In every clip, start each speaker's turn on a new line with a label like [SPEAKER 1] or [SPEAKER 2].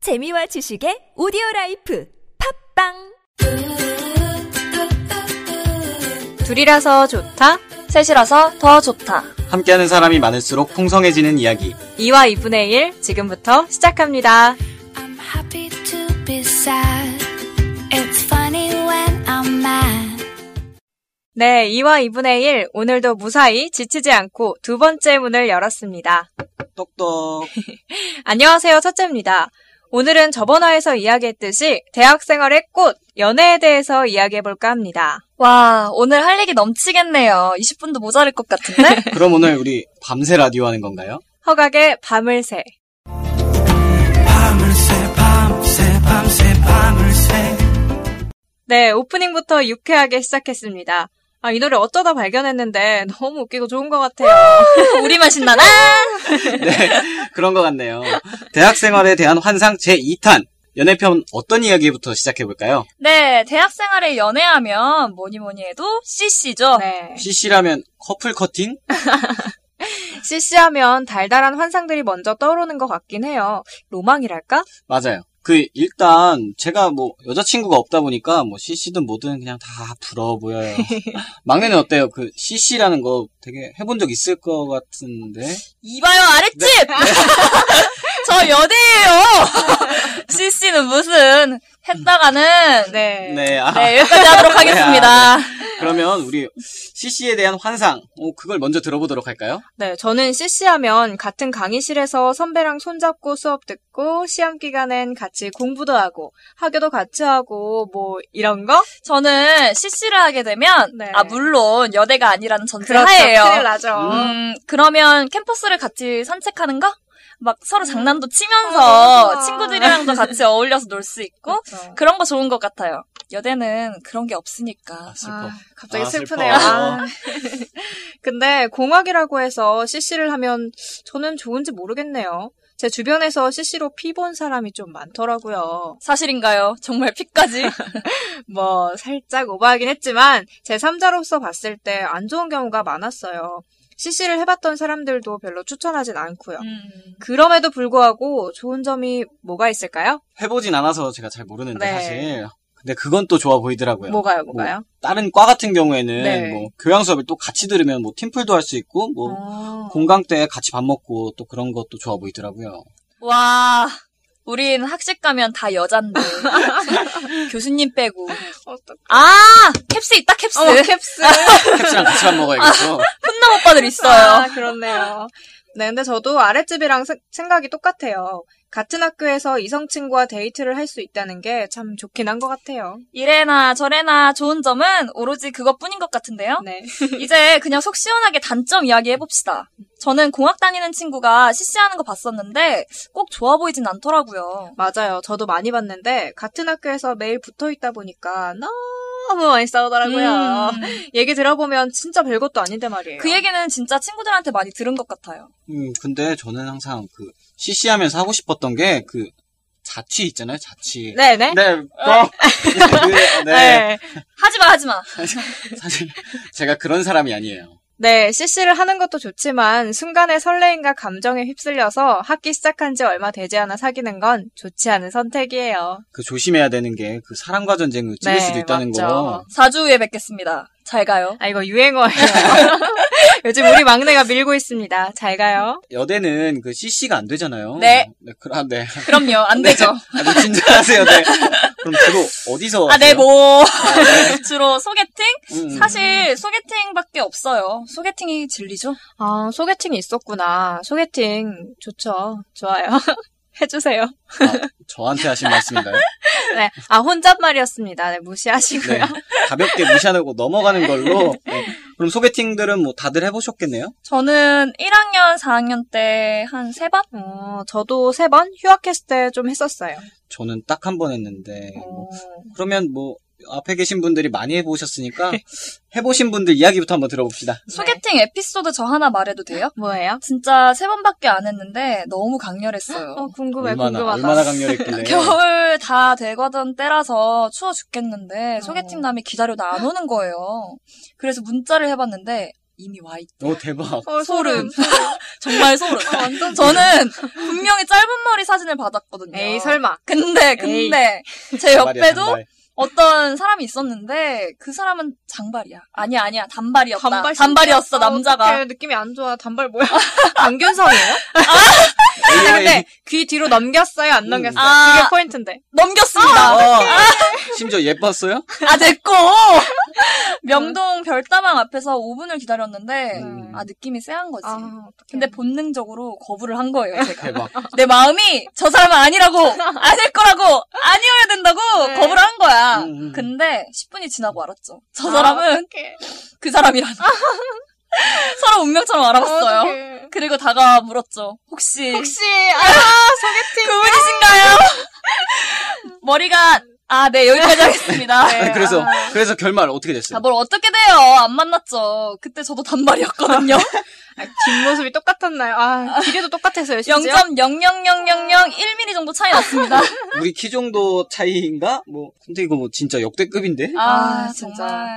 [SPEAKER 1] 재미와 지식의 오디오 라이프 팝빵
[SPEAKER 2] 둘이라서 좋다. 셋이라서 더 좋다.
[SPEAKER 3] 함께하는 사람이 많을수록 풍성해지는 이야기.
[SPEAKER 2] 2와 2분의 1 지금부터 시작합니다.
[SPEAKER 4] I'm happy to be sad. It's funny when I'm mad.
[SPEAKER 2] 네, 2와 2분의 1 오늘도 무사히 지치지 않고 두 번째 문을 열었습니다.
[SPEAKER 3] 똑똑.
[SPEAKER 2] 안녕하세요, 첫째입니다. 오늘은 저번 화에서 이야기했듯이 대학생활의 꽃, 연애에 대해서 이야기해볼까 합니다.
[SPEAKER 5] 와, 오늘 할 얘기 넘치겠네요. 20분도 모자랄 것 같은데?
[SPEAKER 3] 그럼 오늘 우리 밤새 라디오 하는 건가요?
[SPEAKER 2] 허각의 밤을 새. 네, 오프닝부터 유쾌하게 시작했습니다. 아, 이 노래 어쩌다 발견했는데 너무 웃기고 좋은 것 같아요.
[SPEAKER 5] 우리만 신나나?
[SPEAKER 3] 네, 그런 것 같네요. 대학 생활에 대한 환상 제2탄. 연애편 어떤 이야기부터 시작해볼까요?
[SPEAKER 5] 네, 대학생활에 연애하면 뭐니 뭐니 해도 CC죠.
[SPEAKER 2] 네.
[SPEAKER 3] CC라면 커플 커팅?
[SPEAKER 2] CC하면 달달한 환상들이 먼저 떠오르는 것 같긴 해요. 로망이랄까?
[SPEAKER 3] 맞아요. 그, 일단, 제가 뭐, 여자친구가 없다 보니까, 뭐, CC든 뭐든 그냥 다 부러워 보여요. 막내는 어때요? 그, CC라는 거 되게 해본 적 있을 것 같은데?
[SPEAKER 5] 이봐요, 아랫집!
[SPEAKER 2] 네.
[SPEAKER 5] 저 연애예요! CC는 무슨, 했다가는, 네,
[SPEAKER 2] 네.
[SPEAKER 3] 네, 아,
[SPEAKER 5] 여기까지 하도록 하겠습니다.
[SPEAKER 2] 아,
[SPEAKER 3] 그러면 우리 CC에 대한 환상, 어, 그걸 먼저 들어보도록 할까요?
[SPEAKER 2] 네, 저는 CC하면 같은 강의실에서 선배랑 손잡고 수업 듣고 시험 기간엔 같이 공부도 하고 학교도 같이 하고 뭐 이런 거?
[SPEAKER 5] 저는 CC를 하게 되면,
[SPEAKER 2] 네. 그렇죠.
[SPEAKER 5] 아, 물론, 연애가 아니라는 전제
[SPEAKER 2] 큰일
[SPEAKER 5] 하에요.
[SPEAKER 2] 나죠.
[SPEAKER 5] 음, 그러면 캠퍼스를 같이 산책하는 거? 막 서로 장난도
[SPEAKER 2] 음. 아,
[SPEAKER 5] 치면서
[SPEAKER 2] 좋아.
[SPEAKER 5] 친구들이랑도 같이 어울려서 놀 수 있고
[SPEAKER 2] 그렇죠.
[SPEAKER 5] 그런 거 좋은 것 같아요. 여대는 그런 게 없으니까.
[SPEAKER 3] 아, 슬퍼.
[SPEAKER 2] 아, 갑자기
[SPEAKER 3] 아,
[SPEAKER 2] 슬프네요.
[SPEAKER 3] 슬퍼.
[SPEAKER 2] 아. 근데 공학이라고 해서 CC를 하면 저는 좋은지 모르겠네요. 제 주변에서 CC로 피 본 사람이 좀 많더라고요.
[SPEAKER 5] 사실인가요? 정말 피까지?
[SPEAKER 2] 뭐 살짝 오버하긴 했지만 제 3자로서 봤을 때 안 좋은 경우가 많았어요. CC를 해봤던 사람들도 별로 추천하진 않고요.
[SPEAKER 5] 음.
[SPEAKER 2] 그럼에도 불구하고 좋은 점이 뭐가 있을까요?
[SPEAKER 3] 해보진 않아서 제가 잘 모르는데
[SPEAKER 2] 네.
[SPEAKER 3] 사실. 근데 그건 또 좋아 보이더라고요.
[SPEAKER 2] 뭐가요, 뭐가요?
[SPEAKER 3] 뭐 다른 과 같은 경우에는
[SPEAKER 2] 네.
[SPEAKER 3] 뭐 교양 수업을 또 같이 들으면 뭐 팀플도 할 수 있고 뭐
[SPEAKER 2] 어.
[SPEAKER 3] 공강 때 같이 밥 먹고 또 그런 것도 좋아 보이더라고요.
[SPEAKER 5] 와, 우린 학식 가면 다 여잔데. 교수님 빼고.
[SPEAKER 2] 어떡-
[SPEAKER 5] 아! 캡스 있다, 캡스.
[SPEAKER 2] 어머, 캡스.
[SPEAKER 3] 캡스랑 같이 밥 먹어야겠죠.
[SPEAKER 5] 훈남 오빠들 있어요.
[SPEAKER 2] 아, 그렇네요. 네, 근데 저도 아랫집이랑 세- 생각이 똑같아요. 같은 학교에서 이성 친구와 데이트를 할 수 있다는 게 참 좋긴 한 것 같아요.
[SPEAKER 5] 이래나 저래나 좋은 점은 오로지 그것뿐인 것 같은데요.
[SPEAKER 2] 네.
[SPEAKER 5] 이제 그냥 속 시원하게 단점 이야기 해봅시다. 저는 공학 다니는 친구가 CC하는 거 봤었는데 꼭 좋아 보이진 않더라고요.
[SPEAKER 2] 맞아요. 저도 많이 봤는데 같은 학교에서 매일 붙어 있다 보니까 너무 많이 싸우더라고요.
[SPEAKER 5] 음,
[SPEAKER 2] 얘기 들어보면 진짜 별것도 아닌데 말이에요.
[SPEAKER 5] 그 얘기는 진짜 친구들한테 많이 들은 것 같아요.
[SPEAKER 3] 음, 근데 저는 항상 그 CC 하면서 하고 싶었던 게 그 자취 있잖아요, 자취.
[SPEAKER 2] 네네.
[SPEAKER 3] 네. 어. 네. 네.
[SPEAKER 2] 네.
[SPEAKER 5] 하지마 하지마.
[SPEAKER 3] 사실 제가 그런 사람이 아니에요.
[SPEAKER 2] 네, CC를 하는 것도 좋지만 순간의 설레임과 감정에 휩쓸려서 학기 시작한 지 얼마 되지 않아 사귀는 건 좋지 않은 선택이에요.
[SPEAKER 3] 그 조심해야 되는 게 그 사랑과 전쟁을 찍을
[SPEAKER 2] 네,
[SPEAKER 3] 수도 있다는 거.
[SPEAKER 5] 4주 후에 뵙겠습니다. 잘 가요.
[SPEAKER 2] 아, 이거 유행어예요. 요즘 우리 막내가 밀고 있습니다. 잘 가요.
[SPEAKER 3] 여대는 그 CC가 안 되잖아요.
[SPEAKER 5] 네.
[SPEAKER 3] 그, 아, 네.
[SPEAKER 5] 그럼요. 안 되죠.
[SPEAKER 3] 아, 네, 진정하세요. 네. 그럼 주로 어디서?
[SPEAKER 5] 아, 네,
[SPEAKER 3] 하세요?
[SPEAKER 5] 뭐. 주로 소개팅?
[SPEAKER 3] 음,
[SPEAKER 5] 사실 소개팅밖에 없어요. 소개팅이 진리죠?
[SPEAKER 2] 아, 소개팅이 있었구나. 소개팅 좋죠. 좋아요. 해주세요.
[SPEAKER 3] 아, 저한테 하신 말씀인가요?
[SPEAKER 2] 네, 아 혼잣말이었습니다. 네, 무시하시고요.
[SPEAKER 3] 네. 가볍게 무시하고 넘어가는 걸로. 네. 그럼 소개팅들은 뭐 다들 해보셨겠네요?
[SPEAKER 5] 저는 1학년, 4학년 때 한 세 번?
[SPEAKER 2] 어, 저도 세 번 휴학했을 때 좀 했었어요. 어,
[SPEAKER 3] 저는 딱 한 번 했는데. 뭐, 그러면 뭐, 앞에 계신 분들이 많이 해보셨으니까, 해보신 분들 이야기부터 한번 들어봅시다.
[SPEAKER 2] 네.
[SPEAKER 5] 소개팅 에피소드 저 하나 말해도 돼요?
[SPEAKER 2] 뭐예요?
[SPEAKER 5] 진짜 세 번밖에 안 했는데 너무 강렬했어요.
[SPEAKER 2] 어, 궁금해,
[SPEAKER 3] 얼마나,
[SPEAKER 2] 궁금하다.
[SPEAKER 3] 얼마나 강렬했길래.
[SPEAKER 5] 겨울 다 돼가던 때라서 추워 죽겠는데
[SPEAKER 2] 어.
[SPEAKER 5] 소개팅 남이 기다려도 안 오는 거예요. 그래서 문자를 해봤는데 이미 와 있.
[SPEAKER 3] 오, 대박.
[SPEAKER 2] 어, 소름.
[SPEAKER 5] 정말 소름.
[SPEAKER 2] 완전
[SPEAKER 5] 저는 분명히 짧은 머리 사진을 받았거든요.
[SPEAKER 2] 에이, 설마.
[SPEAKER 5] 근데 근데 제
[SPEAKER 3] 단발이야,
[SPEAKER 5] 옆에도
[SPEAKER 3] 단발.
[SPEAKER 5] 어떤 사람이 있었는데 그 사람은 장발이야. 아니야 아니야 단발이었다.
[SPEAKER 2] 단발 아,
[SPEAKER 5] 단발 이었어 남자가.
[SPEAKER 2] 어떡해, 느낌이 안 좋아. 단발 뭐야? 강균성이에요?
[SPEAKER 5] 네.
[SPEAKER 3] AOA.
[SPEAKER 2] 근데 귀 뒤로 넘겼어요? 안 넘겼어요?
[SPEAKER 5] 아.
[SPEAKER 2] 그게 포인트인데.
[SPEAKER 5] 넘겼습니다.
[SPEAKER 3] 어, 심지어 예뻤어요?
[SPEAKER 5] 아 됐고 명동 별다방 앞에서 5분을 기다렸는데
[SPEAKER 3] 음.
[SPEAKER 5] 아 느낌이 쎄한 거지.
[SPEAKER 2] 어떡해.
[SPEAKER 5] 근데 본능적으로 거부를 한 거예요, 제가.
[SPEAKER 3] 대박.
[SPEAKER 5] 내 마음이 저 사람은 아니라고, 아닐 거라고, 아니어야 된다고
[SPEAKER 2] 네.
[SPEAKER 5] 거부를 한 거야.
[SPEAKER 3] 음, 음.
[SPEAKER 5] 근데 10분이 지나고 알았죠. 저
[SPEAKER 2] 아,
[SPEAKER 5] 사람은
[SPEAKER 2] 어떡해.
[SPEAKER 5] 그 사람이라는. 서로 운명처럼 알아봤어요.
[SPEAKER 2] 어떡해.
[SPEAKER 5] 그리고 다가 물었죠. 혹시,
[SPEAKER 2] 혹시, 아, 소개팅.
[SPEAKER 5] 그분이신가요? 머리가, 아, 네, 여기까지 하겠습니다.
[SPEAKER 2] 네. 뭐,
[SPEAKER 3] 그래서,
[SPEAKER 2] 아.
[SPEAKER 3] 그래서 결말 어떻게
[SPEAKER 5] 자,
[SPEAKER 3] 됐어요?
[SPEAKER 5] 뭘 어떻게 돼요? 안 만났죠. 그때 저도 단발이었거든요.
[SPEAKER 2] 아, 뒷모습이 똑같았나요? 아, 길이도 똑같았어요, 심지어.
[SPEAKER 5] 0.00001mm 정도 차이 났습니다.
[SPEAKER 3] 우리 키 정도 차이인가? 뭐, 근데 이거 뭐 진짜 역대급인데?
[SPEAKER 2] 아, 진짜.
[SPEAKER 5] 정말.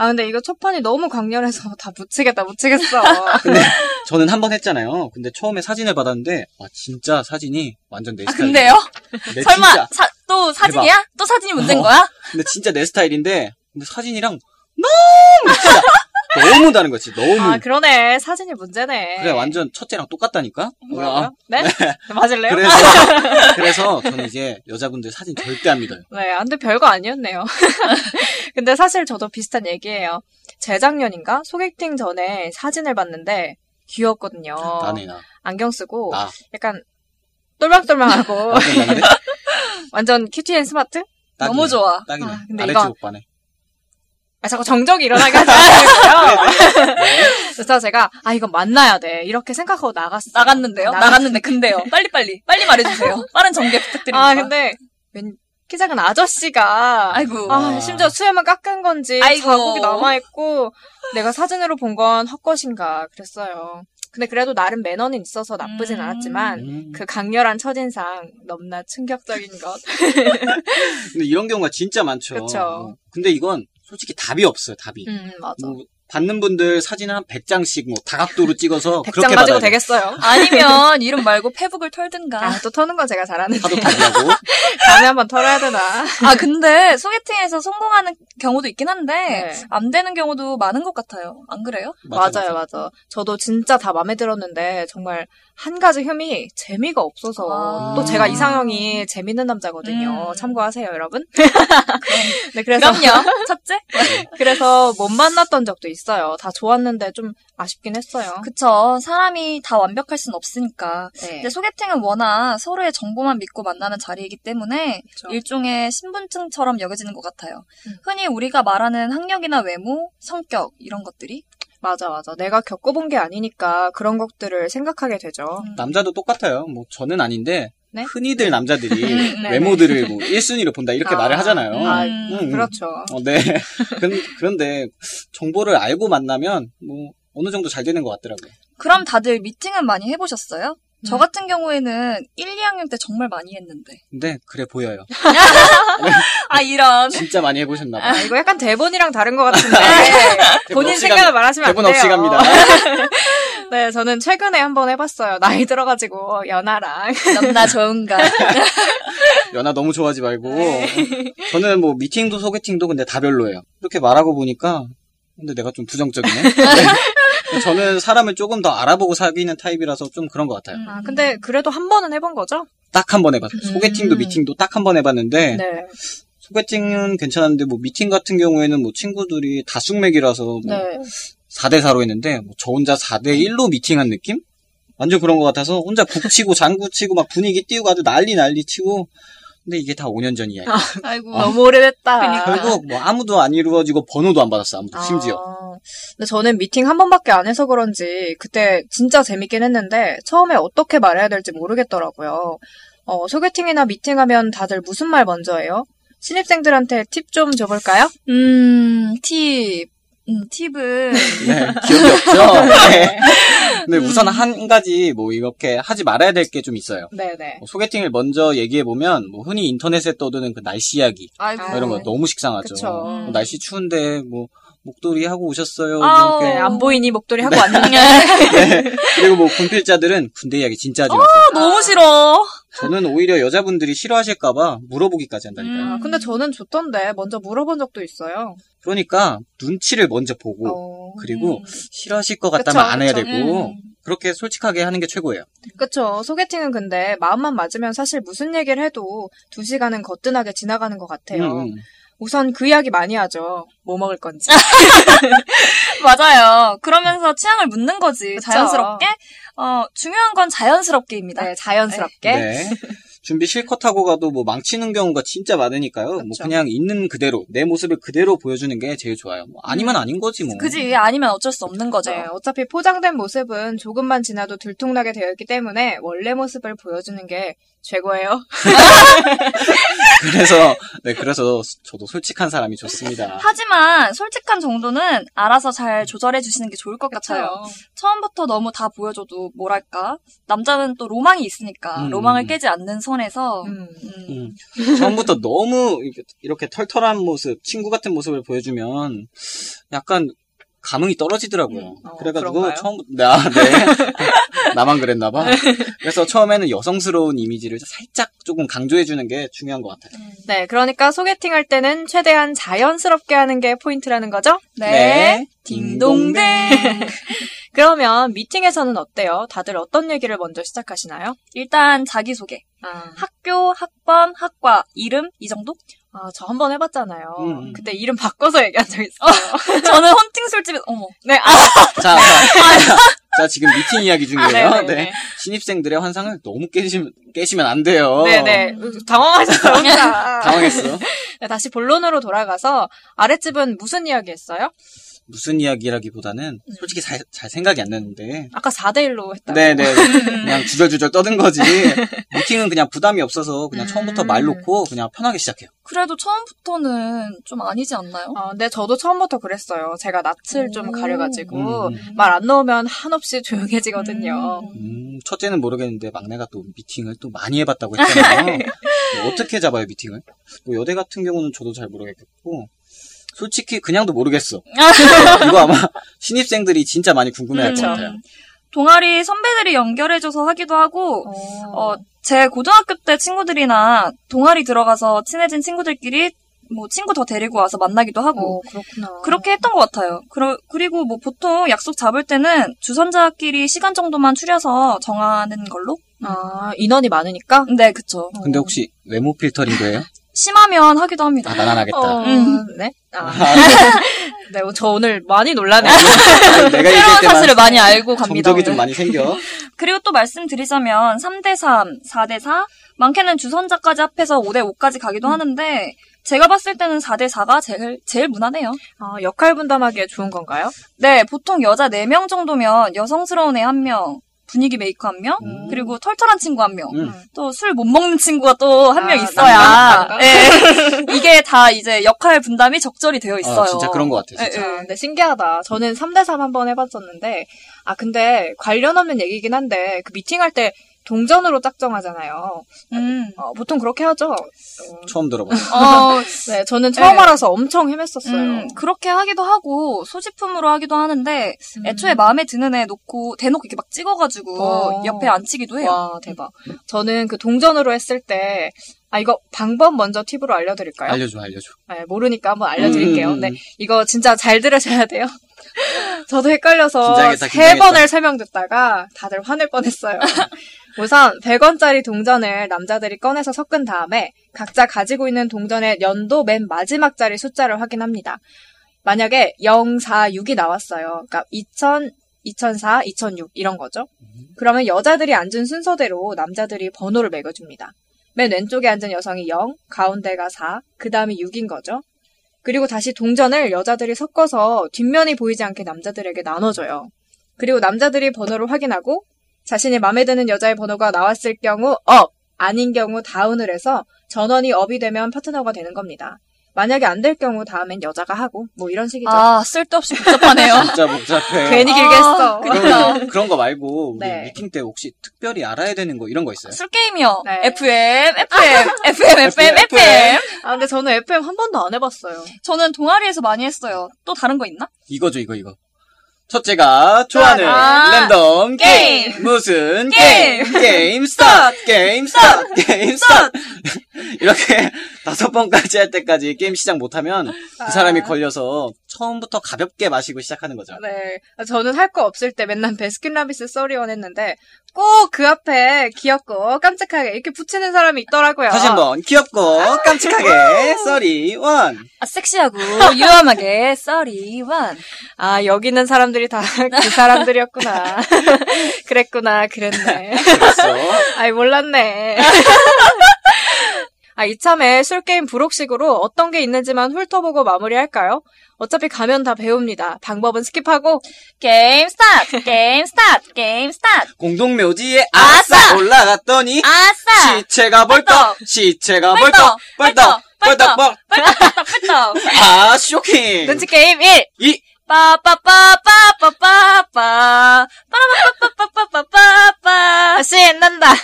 [SPEAKER 2] 아, 근데 이거 첫판이 너무 강렬해서 다 묻히겠다, 묻히겠어. 아,
[SPEAKER 3] 근데 저는 한 번 했잖아요. 근데 처음에 사진을 받았는데, 와, 진짜 사진이 완전 내
[SPEAKER 5] 아,
[SPEAKER 3] 스타일.
[SPEAKER 5] 근데요?
[SPEAKER 3] 내
[SPEAKER 5] 설마
[SPEAKER 3] 진짜. 어.
[SPEAKER 5] 사- 또 사진이야? 또 사진이 문제인 거야?
[SPEAKER 3] 근데 진짜 내 스타일인데, 근데 사진이랑 너무, 진짜 너무 다른 거지. 너무.
[SPEAKER 2] 아, 그러네. 사진이 문제네.
[SPEAKER 3] 그래, 완전 첫째랑 똑같다니까?
[SPEAKER 2] 뭐라고요?
[SPEAKER 3] 어,
[SPEAKER 2] 네? 맞을래요?
[SPEAKER 3] 그래서, 그래서 저는 이제 여자분들 사진 절대 안 믿어요.
[SPEAKER 2] 네, 안 돼, 별거 아니었네요. 근데 사실 저도 비슷한 얘기예요. 재작년인가? 소개팅 전에 사진을 봤는데 귀엽거든요.
[SPEAKER 3] 나네, 아. 나.
[SPEAKER 2] 안경 쓰고
[SPEAKER 3] 나.
[SPEAKER 2] 약간 똘망똘망하고
[SPEAKER 3] 완전 나인데?
[SPEAKER 2] 완전 큐티 앤 스마트?
[SPEAKER 3] 딱이네.
[SPEAKER 5] 너무 좋아.
[SPEAKER 3] 딱이네.
[SPEAKER 2] 아, 근데
[SPEAKER 3] 아랫집
[SPEAKER 2] 이거-
[SPEAKER 3] 오빠네.
[SPEAKER 2] 아, 자꾸 정적이 일어나게 하지 마세요. 그래서 제가, 아, 이건 만나야 돼. 이렇게 생각하고 나갔어요.
[SPEAKER 5] 나갔는데요?
[SPEAKER 2] 나갔-
[SPEAKER 5] 나갔는데 근데요. 빨리빨리 빨리 말해주세요. 빠른 전개 부탁드립니다.
[SPEAKER 2] 아, 근데, 웬, 키 작은 아저씨가.
[SPEAKER 5] 아이고.
[SPEAKER 2] 아, 심지어 수염만 깎은 건지
[SPEAKER 5] 아이고.
[SPEAKER 2] 자국이 남아있고, 내가 사진으로 본 건 헛것인가 그랬어요. 근데 그래도 나름 매너는 있어서 나쁘진
[SPEAKER 5] 음.
[SPEAKER 2] 않았지만,
[SPEAKER 3] 음.
[SPEAKER 2] 그 강렬한 첫인상, 넘나 충격적인 것.
[SPEAKER 3] 근데 이런 경우가 진짜 많죠.
[SPEAKER 2] 그쵸.
[SPEAKER 3] 어. 근데 이건 솔직히 답이 없어요, 답이.
[SPEAKER 2] 음, 맞아.
[SPEAKER 3] 뭐 받는 분들 사진을 한 100장씩 뭐 다각도로 찍어서
[SPEAKER 2] 백장
[SPEAKER 3] 그렇게
[SPEAKER 2] 가지고
[SPEAKER 3] 받아야 돼.
[SPEAKER 2] 되겠어요.
[SPEAKER 5] 아니면 이름 말고 페북을 털든가.
[SPEAKER 2] 아, 또 터는 건 제가 잘하는데.
[SPEAKER 3] 파도 타기하고.
[SPEAKER 2] 다음에 한번 털어야 되나.
[SPEAKER 5] 아 근데 소개팅에서 성공하는 경우도 있긴 한데
[SPEAKER 2] 네.
[SPEAKER 5] 안 되는 경우도 많은 것 같아요. 안 그래요?
[SPEAKER 2] 맞아요, 맞아. 저도 진짜 다 마음에 들었는데 정말 한 가지 흠이 재미가 없어서
[SPEAKER 5] 아.
[SPEAKER 2] 또 제가 이상형이 재밌는 남자거든요.
[SPEAKER 5] 음.
[SPEAKER 2] 참고하세요, 여러분. 네, 그래서
[SPEAKER 5] 그럼요. 첫째.
[SPEAKER 2] 네. 그래서 못 만났던 적도 있어요. 다 좋았는데 좀 아쉽긴 했어요.
[SPEAKER 5] 그쵸. 사람이 다 완벽할 순 없으니까.
[SPEAKER 2] 네.
[SPEAKER 5] 근데 소개팅은 워낙 서로의 정보만 믿고 만나는 자리이기 때문에
[SPEAKER 2] 그쵸.
[SPEAKER 5] 일종의 신분증처럼 여겨지는 것 같아요.
[SPEAKER 2] 그렇죠. 음.
[SPEAKER 5] 흔히 우리가 말하는 학력이나 외모, 성격 이런 것들이
[SPEAKER 2] 맞아, 맞아. 내가 겪어본 게 아니니까 그런 것들을 생각하게 되죠.
[SPEAKER 5] 음.
[SPEAKER 3] 남자도 똑같아요. 뭐 저는 아닌데
[SPEAKER 2] 네?
[SPEAKER 3] 흔히들 남자들이
[SPEAKER 5] 음, 네,
[SPEAKER 3] 예. 외모들을 뭐 1순위로 본다 이렇게
[SPEAKER 2] 아,
[SPEAKER 3] 말을 하잖아요.
[SPEAKER 2] 아,
[SPEAKER 5] 음.
[SPEAKER 3] 음, 음.
[SPEAKER 2] 그렇죠.
[SPEAKER 3] 어, 네. 그런, 데 정보를 알고 만나면 뭐 어느 정도 잘 되는 것 같더라고요.
[SPEAKER 5] 그럼 다들 미팅은 많이 해보셨어요? 저
[SPEAKER 2] 음.
[SPEAKER 5] 같은 경우에는 1, 2학년 때 정말 많이 했는데.
[SPEAKER 3] 근데 그래 보여요.
[SPEAKER 5] 아, 이런.
[SPEAKER 3] 진짜 많이 해보셨나
[SPEAKER 2] 아,
[SPEAKER 3] 봐요. 뭐
[SPEAKER 2] 이거 약간 대본이랑 다른 것 같은데.
[SPEAKER 3] 대본
[SPEAKER 2] 아, 본인
[SPEAKER 3] 없이
[SPEAKER 2] 생각을
[SPEAKER 3] 갑니다.
[SPEAKER 2] 말하시면 안 돼요.
[SPEAKER 3] 대본 없이 갑니다.
[SPEAKER 2] 네, 저는 최근에 한번 해봤어요. 나이 들어가지고 연하랑.
[SPEAKER 5] 넘나 좋은가.
[SPEAKER 3] 연하 너무 좋아하지 말고. 저는 뭐 미팅도 소개팅도 근데 다 별로예요. 이렇게 말하고 보니까 근데 내가 좀 부정적이네. 네. 저는 사람을 조금 더 알아보고 사귀는 타입이라서 좀 그런 것 같아요.
[SPEAKER 5] 음.
[SPEAKER 2] 아, 근데 그래도 한 번은 해본 거죠?
[SPEAKER 3] 딱 한 번 해봤어요. 소개팅도
[SPEAKER 5] 음.
[SPEAKER 3] 미팅도 딱 한 번 해봤는데
[SPEAKER 2] 네.
[SPEAKER 3] 소개팅은 괜찮았는데 뭐 미팅 같은 경우에는 뭐 친구들이 다 숙맥이라서 뭐
[SPEAKER 2] 네.
[SPEAKER 3] 4대 4로 했는데 뭐저 혼자 4대 1로 미팅한 느낌? 완전 그런 것 같아서 혼자 북치고 장구치고 막 분위기 띄우고 아주 난리 난리 치고 근데 이게 다 5년 전 이야기.
[SPEAKER 5] 아이고.
[SPEAKER 2] 음, 너무 오래됐다.
[SPEAKER 3] 결국 뭐 아무도 안 이루어지고 번호도 안 받았어 아무도 심지어
[SPEAKER 2] 아, 근데 저는 미팅 한 번밖에 안 해서 그런지 그때 진짜 재밌긴 했는데 처음에 어떻게 말해야 될지 모르겠더라고요. 어, 소개팅이나 미팅하면 다들 무슨 말 먼저 해요? 신입생들한테 팁 좀 줘볼까요?
[SPEAKER 5] 음, 팁. 음, 팁은
[SPEAKER 3] 네, 기억이 없죠? 네. 근데 우선 한 가지 뭐 이렇게 하지 말아야 될 게 좀 있어요.
[SPEAKER 2] 네네.
[SPEAKER 3] 뭐 소개팅을 먼저 얘기해보면 뭐 흔히 인터넷에 떠드는 그 날씨 이야기 뭐
[SPEAKER 5] 아이고
[SPEAKER 2] 아,
[SPEAKER 3] 이런 거 너무 식상하죠.
[SPEAKER 2] 그쵸.
[SPEAKER 5] 음.
[SPEAKER 3] 뭐 날씨 추운데 뭐 목도리 하고 오셨어요.
[SPEAKER 5] 아우.
[SPEAKER 2] 네,
[SPEAKER 3] 이렇게.
[SPEAKER 2] 안 보이니 목도리 하고
[SPEAKER 3] 아,
[SPEAKER 2] 왔냐.
[SPEAKER 3] 그리고 뭐 군필자들은 군대 이야기 진짜 하지 마세요.
[SPEAKER 2] 어!
[SPEAKER 5] 아, 너무 싫어.
[SPEAKER 3] 저는 오히려 여자분들이 싫어하실까봐 물어보기까지 한다니까요.
[SPEAKER 5] 음.
[SPEAKER 2] 아, 근데 저는 좋던데 먼저 물어본 적도 있어요.
[SPEAKER 3] 그러니까 눈치를 먼저 보고
[SPEAKER 2] 어.
[SPEAKER 3] 그리고
[SPEAKER 5] 음.
[SPEAKER 3] 싫어하실 것 같다면
[SPEAKER 2] 그쵸,
[SPEAKER 3] 안 해야
[SPEAKER 2] 그쵸.
[SPEAKER 3] 되고
[SPEAKER 5] 음.
[SPEAKER 3] 그렇게 솔직하게 하는 게 최고예요.
[SPEAKER 2] 그쵸. 소개팅은 근데 마음만 맞으면 사실 무슨 얘기를 해도 두 시간은 거뜬하게 지나가는 것 같아요.
[SPEAKER 3] 음, 음.
[SPEAKER 2] 우선 그 이야기 많이 하죠. 뭐 먹을 건지.
[SPEAKER 5] 맞아요. 그러면서 취향을 묻는 거지.
[SPEAKER 2] 그쵸.
[SPEAKER 5] 자연스럽게. 어, 중요한 건 자연스럽게입니다.
[SPEAKER 2] 네, 자연스럽게.
[SPEAKER 3] 네. 준비 실컷 하고 가도 뭐 망치는 경우가 진짜 많으니까요. 뭐
[SPEAKER 2] 그쵸.
[SPEAKER 3] 그냥 있는 그대로 내 모습을 그대로 보여주는 게 제일 좋아요. 뭐 아니면 아닌 거지 뭐.
[SPEAKER 5] 네. 그지? 아니면 어쩔 수 없는 거죠.
[SPEAKER 2] 네, 어차피 포장된 모습은 조금만 지나도 들통나게 되어 있기 때문에 원래 모습을 보여주는 게 최고예요.
[SPEAKER 3] 그래서 네 그래서 저도 솔직한 사람이 좋습니다.
[SPEAKER 5] 하지만 솔직한 정도는 알아서 잘 조절해 주시는 게 좋을 것 같아요. 처음부터 너무 다 보여줘도 뭐랄까 남자는 또 로망이 있으니까
[SPEAKER 3] 음.
[SPEAKER 5] 로망을 깨지 않는 선에서
[SPEAKER 2] 음.
[SPEAKER 5] 음.
[SPEAKER 3] 음. 처음부터 너무 이렇게- 이렇게 털털한 모습, 친구 같은 모습을 보여주면 약간 감흥이 떨어지더라고요.
[SPEAKER 2] 음, 어,
[SPEAKER 3] 그래가지고
[SPEAKER 2] 그런가요?
[SPEAKER 3] 처음, 나, 네. 나만 그랬나봐. 그래서 처음에는 여성스러운 이미지를 살짝 조금 강조해주는 게 중요한 것 같아요.
[SPEAKER 2] 네, 그러니까 소개팅할 때는 최대한 자연스럽게 하는 게 포인트라는 거죠?
[SPEAKER 5] 네.
[SPEAKER 3] 네.
[SPEAKER 5] 딩동댕.
[SPEAKER 2] 그러면 미팅에서는 어때요? 다들 어떤 얘기를 먼저 시작하시나요?
[SPEAKER 5] 일단 자기소개.
[SPEAKER 2] 아,
[SPEAKER 5] 학교, 학번, 학과, 이름 이 정도?
[SPEAKER 2] 아, 저 한 번 해봤잖아요.
[SPEAKER 3] 음. 아,
[SPEAKER 2] 그때 이름 바꿔서 얘기한 적 있어요.
[SPEAKER 5] 저는 헌팅 술집에 어머.
[SPEAKER 2] 네, 아,
[SPEAKER 3] 자, 자, 자, 지금 미팅 이야기 중이에요.
[SPEAKER 2] 아, 네, 네,
[SPEAKER 3] 네.
[SPEAKER 2] 네.
[SPEAKER 3] 신입생들의 환상을 너무 깨시면, 깨시면 안 돼요.
[SPEAKER 2] 네네. 음, 당황하셨어요, 혼자.
[SPEAKER 3] 당황했어.
[SPEAKER 2] 네, 다시 본론으로 돌아가서 아랫집은 무슨 이야기 했어요?
[SPEAKER 3] 무슨 이야기라기보다는 솔직히 잘, 잘 생각이 안 나는데
[SPEAKER 2] 아까 4대1로 했다고.
[SPEAKER 3] 네네. 그냥 주절주절 떠든 거지. 미팅은 그냥 부담이 없어서 그냥 처음부터 말 놓고 그냥 편하게 시작해요.
[SPEAKER 5] 그래도 처음부터는 좀 아니지 않나요?
[SPEAKER 2] 어, 근데 저도 처음부터 그랬어요. 제가 낯을 좀
[SPEAKER 5] 오.
[SPEAKER 2] 가려가지고
[SPEAKER 3] 음.
[SPEAKER 2] 말 안 넣으면 한없이 조용해지거든요.
[SPEAKER 5] 음.
[SPEAKER 3] 음, 첫째는 모르겠는데 막내가 또 미팅을 또 많이 해봤다고 했잖아요. 뭐 어떻게 잡아요 미팅을? 뭐 여대 같은 경우는 저도 잘 모르겠고 솔직히 그냥도 모르겠어. 이거 아마 신입생들이 진짜 많이 궁금해할 것
[SPEAKER 5] 음.
[SPEAKER 3] 같아요.
[SPEAKER 5] 동아리 선배들이 연결해줘서 하기도 하고,
[SPEAKER 2] 어,
[SPEAKER 5] 어, 제 고등학교 때 친구들이나 동아리 들어가서 친해진 친구들끼리 뭐 친구 더 데리고 와서 만나기도 하고,
[SPEAKER 2] 어, 그렇구나.
[SPEAKER 5] 그렇게 했던 것 같아요. 그러, 그리고 뭐 보통 약속 잡을 때는 주선자끼리 시간 정도만 추려서 정하는 걸로?
[SPEAKER 2] 아, 인원이 많으니까? 어,
[SPEAKER 5] 네, 그쵸.
[SPEAKER 3] 근데 혹시 외모 필터링도 해요?
[SPEAKER 5] 심하면 하기도 합니다.
[SPEAKER 3] 아, 난 안 하겠다.
[SPEAKER 2] 어,
[SPEAKER 5] 음.
[SPEAKER 2] 네? 아, 네, 저 오늘 많이 놀라네요.
[SPEAKER 3] 내가
[SPEAKER 5] 새로운
[SPEAKER 3] 얘기할
[SPEAKER 5] 사실을
[SPEAKER 3] 때만
[SPEAKER 5] 많이 알고 갑니다.
[SPEAKER 3] 정적이 좀
[SPEAKER 5] 오늘.
[SPEAKER 3] 많이 생겨.
[SPEAKER 5] 그리고 또 말씀드리자면 3대3, 4대4, 많게는 주선자까지 합해서 5대5까지
[SPEAKER 3] 음.
[SPEAKER 5] 가기도 하는데 제가 봤을 때는 4대4가 제일, 제일 무난해요.
[SPEAKER 2] 어, 역할 분담하기에 좋은 건가요?
[SPEAKER 5] 네, 보통 여자 4명 정도면 여성스러운 애 1명, 분위기 메이커 1명,
[SPEAKER 3] 음.
[SPEAKER 5] 그리고 털털한 친구 1명,
[SPEAKER 3] 음.
[SPEAKER 5] 또 술 못 먹는 친구가 또 한 명
[SPEAKER 2] 아,
[SPEAKER 5] 있어야
[SPEAKER 2] 남남, 남남.
[SPEAKER 5] 예, 이게 다 이제 역할 분담이 적절히 되어 있어요.
[SPEAKER 3] 아, 진짜 그런 것 같아요. 진짜.
[SPEAKER 5] 예, 예.
[SPEAKER 2] 아, 근데 신기하다. 저는 3대3 한번 해봤었는데, 아, 근데 관련 없는 얘기긴 한데, 그 미팅할 때 동전으로 짝정하잖아요.
[SPEAKER 5] 음.
[SPEAKER 2] 어, 보통 그렇게 하죠.
[SPEAKER 3] 처음 들어봤어요.
[SPEAKER 5] 어,
[SPEAKER 2] 네, 저는 처음
[SPEAKER 5] 네.
[SPEAKER 2] 알아서 엄청 헤맸었어요.
[SPEAKER 5] 음, 그렇게 하기도 하고 소지품으로 하기도 하는데 애초에 마음에 드는 애 놓고 대놓고 이렇게 막 찍어가지고
[SPEAKER 2] 어.
[SPEAKER 5] 옆에 앉히기도 해요.
[SPEAKER 2] 와, 대박. 저는 그 동전으로 했을 때, 아, 이거 방법 먼저 팁으로 알려드릴까요?
[SPEAKER 3] 알려줘, 알려줘.
[SPEAKER 2] 네, 모르니까 한번 알려드릴게요.
[SPEAKER 3] 음.
[SPEAKER 2] 네, 이거 진짜 잘 들으셔야 돼요. 저도 헷갈려서
[SPEAKER 3] 긴장했다,
[SPEAKER 2] 세
[SPEAKER 3] 긴장했다.
[SPEAKER 2] 번을 설명 듣다가 다들 화낼 뻔했어요. 우선 100원짜리 동전을 남자들이 꺼내서 섞은 다음에 각자 가지고 있는 동전의 연도 맨 마지막 자리 숫자를 확인합니다. 만약에 0, 4, 6이 나왔어요. 그러니까 2000, 2004, 2006 이런 거죠.
[SPEAKER 3] 음.
[SPEAKER 2] 그러면 여자들이 앉은 순서대로 남자들이 번호를 매겨줍니다. 맨 왼쪽에 앉은 여성이 0, 가운데가 4, 그 다음이 6인 거죠. 그리고 다시 동전을 여자들이 섞어서 뒷면이 보이지 않게 남자들에게 나눠줘요. 그리고 남자들이 번호를 확인하고 자신이 마음에 드는 여자의 번호가 나왔을 경우 업, 아닌 경우 다운을 해서 전원이 업이 되면 파트너가 되는 겁니다. 만약에 안 될 경우 다음엔 여자가 하고 뭐 이런 식이죠.
[SPEAKER 5] 아, 쓸데없이 복잡하네요.
[SPEAKER 3] 진짜 복잡해.
[SPEAKER 2] 괜히
[SPEAKER 5] 아,
[SPEAKER 2] 길게 했어.
[SPEAKER 3] 그런, 그런 거 말고 우리
[SPEAKER 2] 네.
[SPEAKER 3] 미팅 때 혹시 특별히 알아야 되는 거 이런 거 있어요?
[SPEAKER 5] 술 게임이요.
[SPEAKER 2] 네.
[SPEAKER 5] FM, FM, FM, FM, FM.
[SPEAKER 2] 아 근데 저는 FM 한 번도 안 해봤어요.
[SPEAKER 5] 저는 동아리에서 많이 했어요. 또 다른 거 있나?
[SPEAKER 3] 이거죠 이거 이거. 첫째가 좋아하는
[SPEAKER 5] 아,
[SPEAKER 3] 랜덤
[SPEAKER 5] 게임.
[SPEAKER 3] 게임 무슨
[SPEAKER 5] 게임.
[SPEAKER 3] 게임 게임 스타트 게임 스타트 게임 스타트 이렇게 다섯 번까지 할 때까지 게임 시작 못하면 그 사람이 걸려서 처음부터 가볍게 마시고 시작하는 거죠.
[SPEAKER 2] 네, 저는 할 거 없을 때 맨날 베스킨라빈스 써리원 했는데 꼭 그 앞에 귀엽고 깜찍하게 이렇게 붙이는 사람이 있더라고요.
[SPEAKER 3] 다시 한번 귀엽고 깜찍하게 썰이 원
[SPEAKER 5] 아, 섹시하고 유함하게 31.
[SPEAKER 2] 아 여기는 사람들이 다 그 사람들이었구나. 그랬구나, 그랬네.
[SPEAKER 3] 됐어.
[SPEAKER 2] 아이 몰랐네. 아 이참에 술 게임 부록식으로 어떤 게 있는지만 훑어보고 마무리할까요? 어차피 가면 다 배웁니다. 방법은 스킵하고
[SPEAKER 5] 게임 스타트, 게임 스타트, 게임 스타트.
[SPEAKER 3] 공동 묘지에 아싸
[SPEAKER 5] 아싸!
[SPEAKER 3] 올라갔더니
[SPEAKER 5] 아싸!
[SPEAKER 3] 시체가 벌떡
[SPEAKER 5] 벌떡!
[SPEAKER 3] 시체가 벌떡
[SPEAKER 5] 벌떡!
[SPEAKER 3] 벌떡 벌떡
[SPEAKER 5] 벌떡!
[SPEAKER 3] 벌떡
[SPEAKER 5] 끄떡끄떡끄떡.
[SPEAKER 3] 아 쇼킹
[SPEAKER 2] 눈치 게임 1.
[SPEAKER 3] 이
[SPEAKER 5] 빠빠빠빠빠빠빠. 빠라빠빠빠빠빠빠빠.
[SPEAKER 2] 신난다.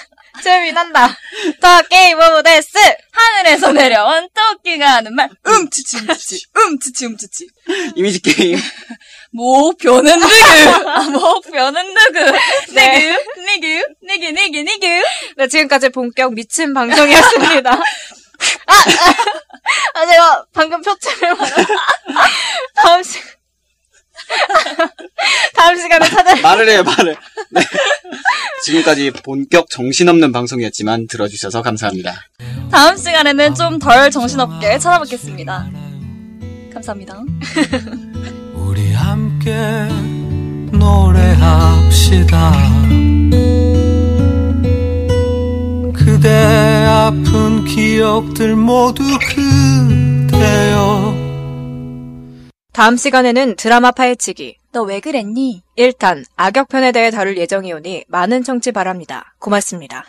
[SPEAKER 2] 재미난다. 더 게임 오브 데스.
[SPEAKER 5] 하늘에서 내려온 토끼가 하는 말. 음치치 음치치. 음치치 음치치.
[SPEAKER 3] 이미지 게임
[SPEAKER 5] 목표는 누구? 아,
[SPEAKER 2] 뭐,
[SPEAKER 5] 목표는 누구? 네. 니규, 니규, 니규, 니규, 니규.
[SPEAKER 2] 네 지금까지 본격 미친 방송이었습니다. 아, 아, 아, 제가 방금 표창을 받았어. 다음 시 다음 시간에 찾아.
[SPEAKER 3] 말을 해요 말을 네. 지금까지 본격 정신없는 방송이었지만 들어주셔서 감사합니다
[SPEAKER 5] 다음 시간에는 좀 덜 정신없게 찾아뵙겠습니다. 감사합니다.
[SPEAKER 6] 우리 함께 노래합시다. 그대 아픈 기억들 모두 그대여.
[SPEAKER 2] 다음 시간에는 드라마 파헤치기
[SPEAKER 5] 너 왜 그랬니?
[SPEAKER 2] 1탄 악역편에 대해 다룰 예정이오니 많은 청취 바랍니다. 고맙습니다.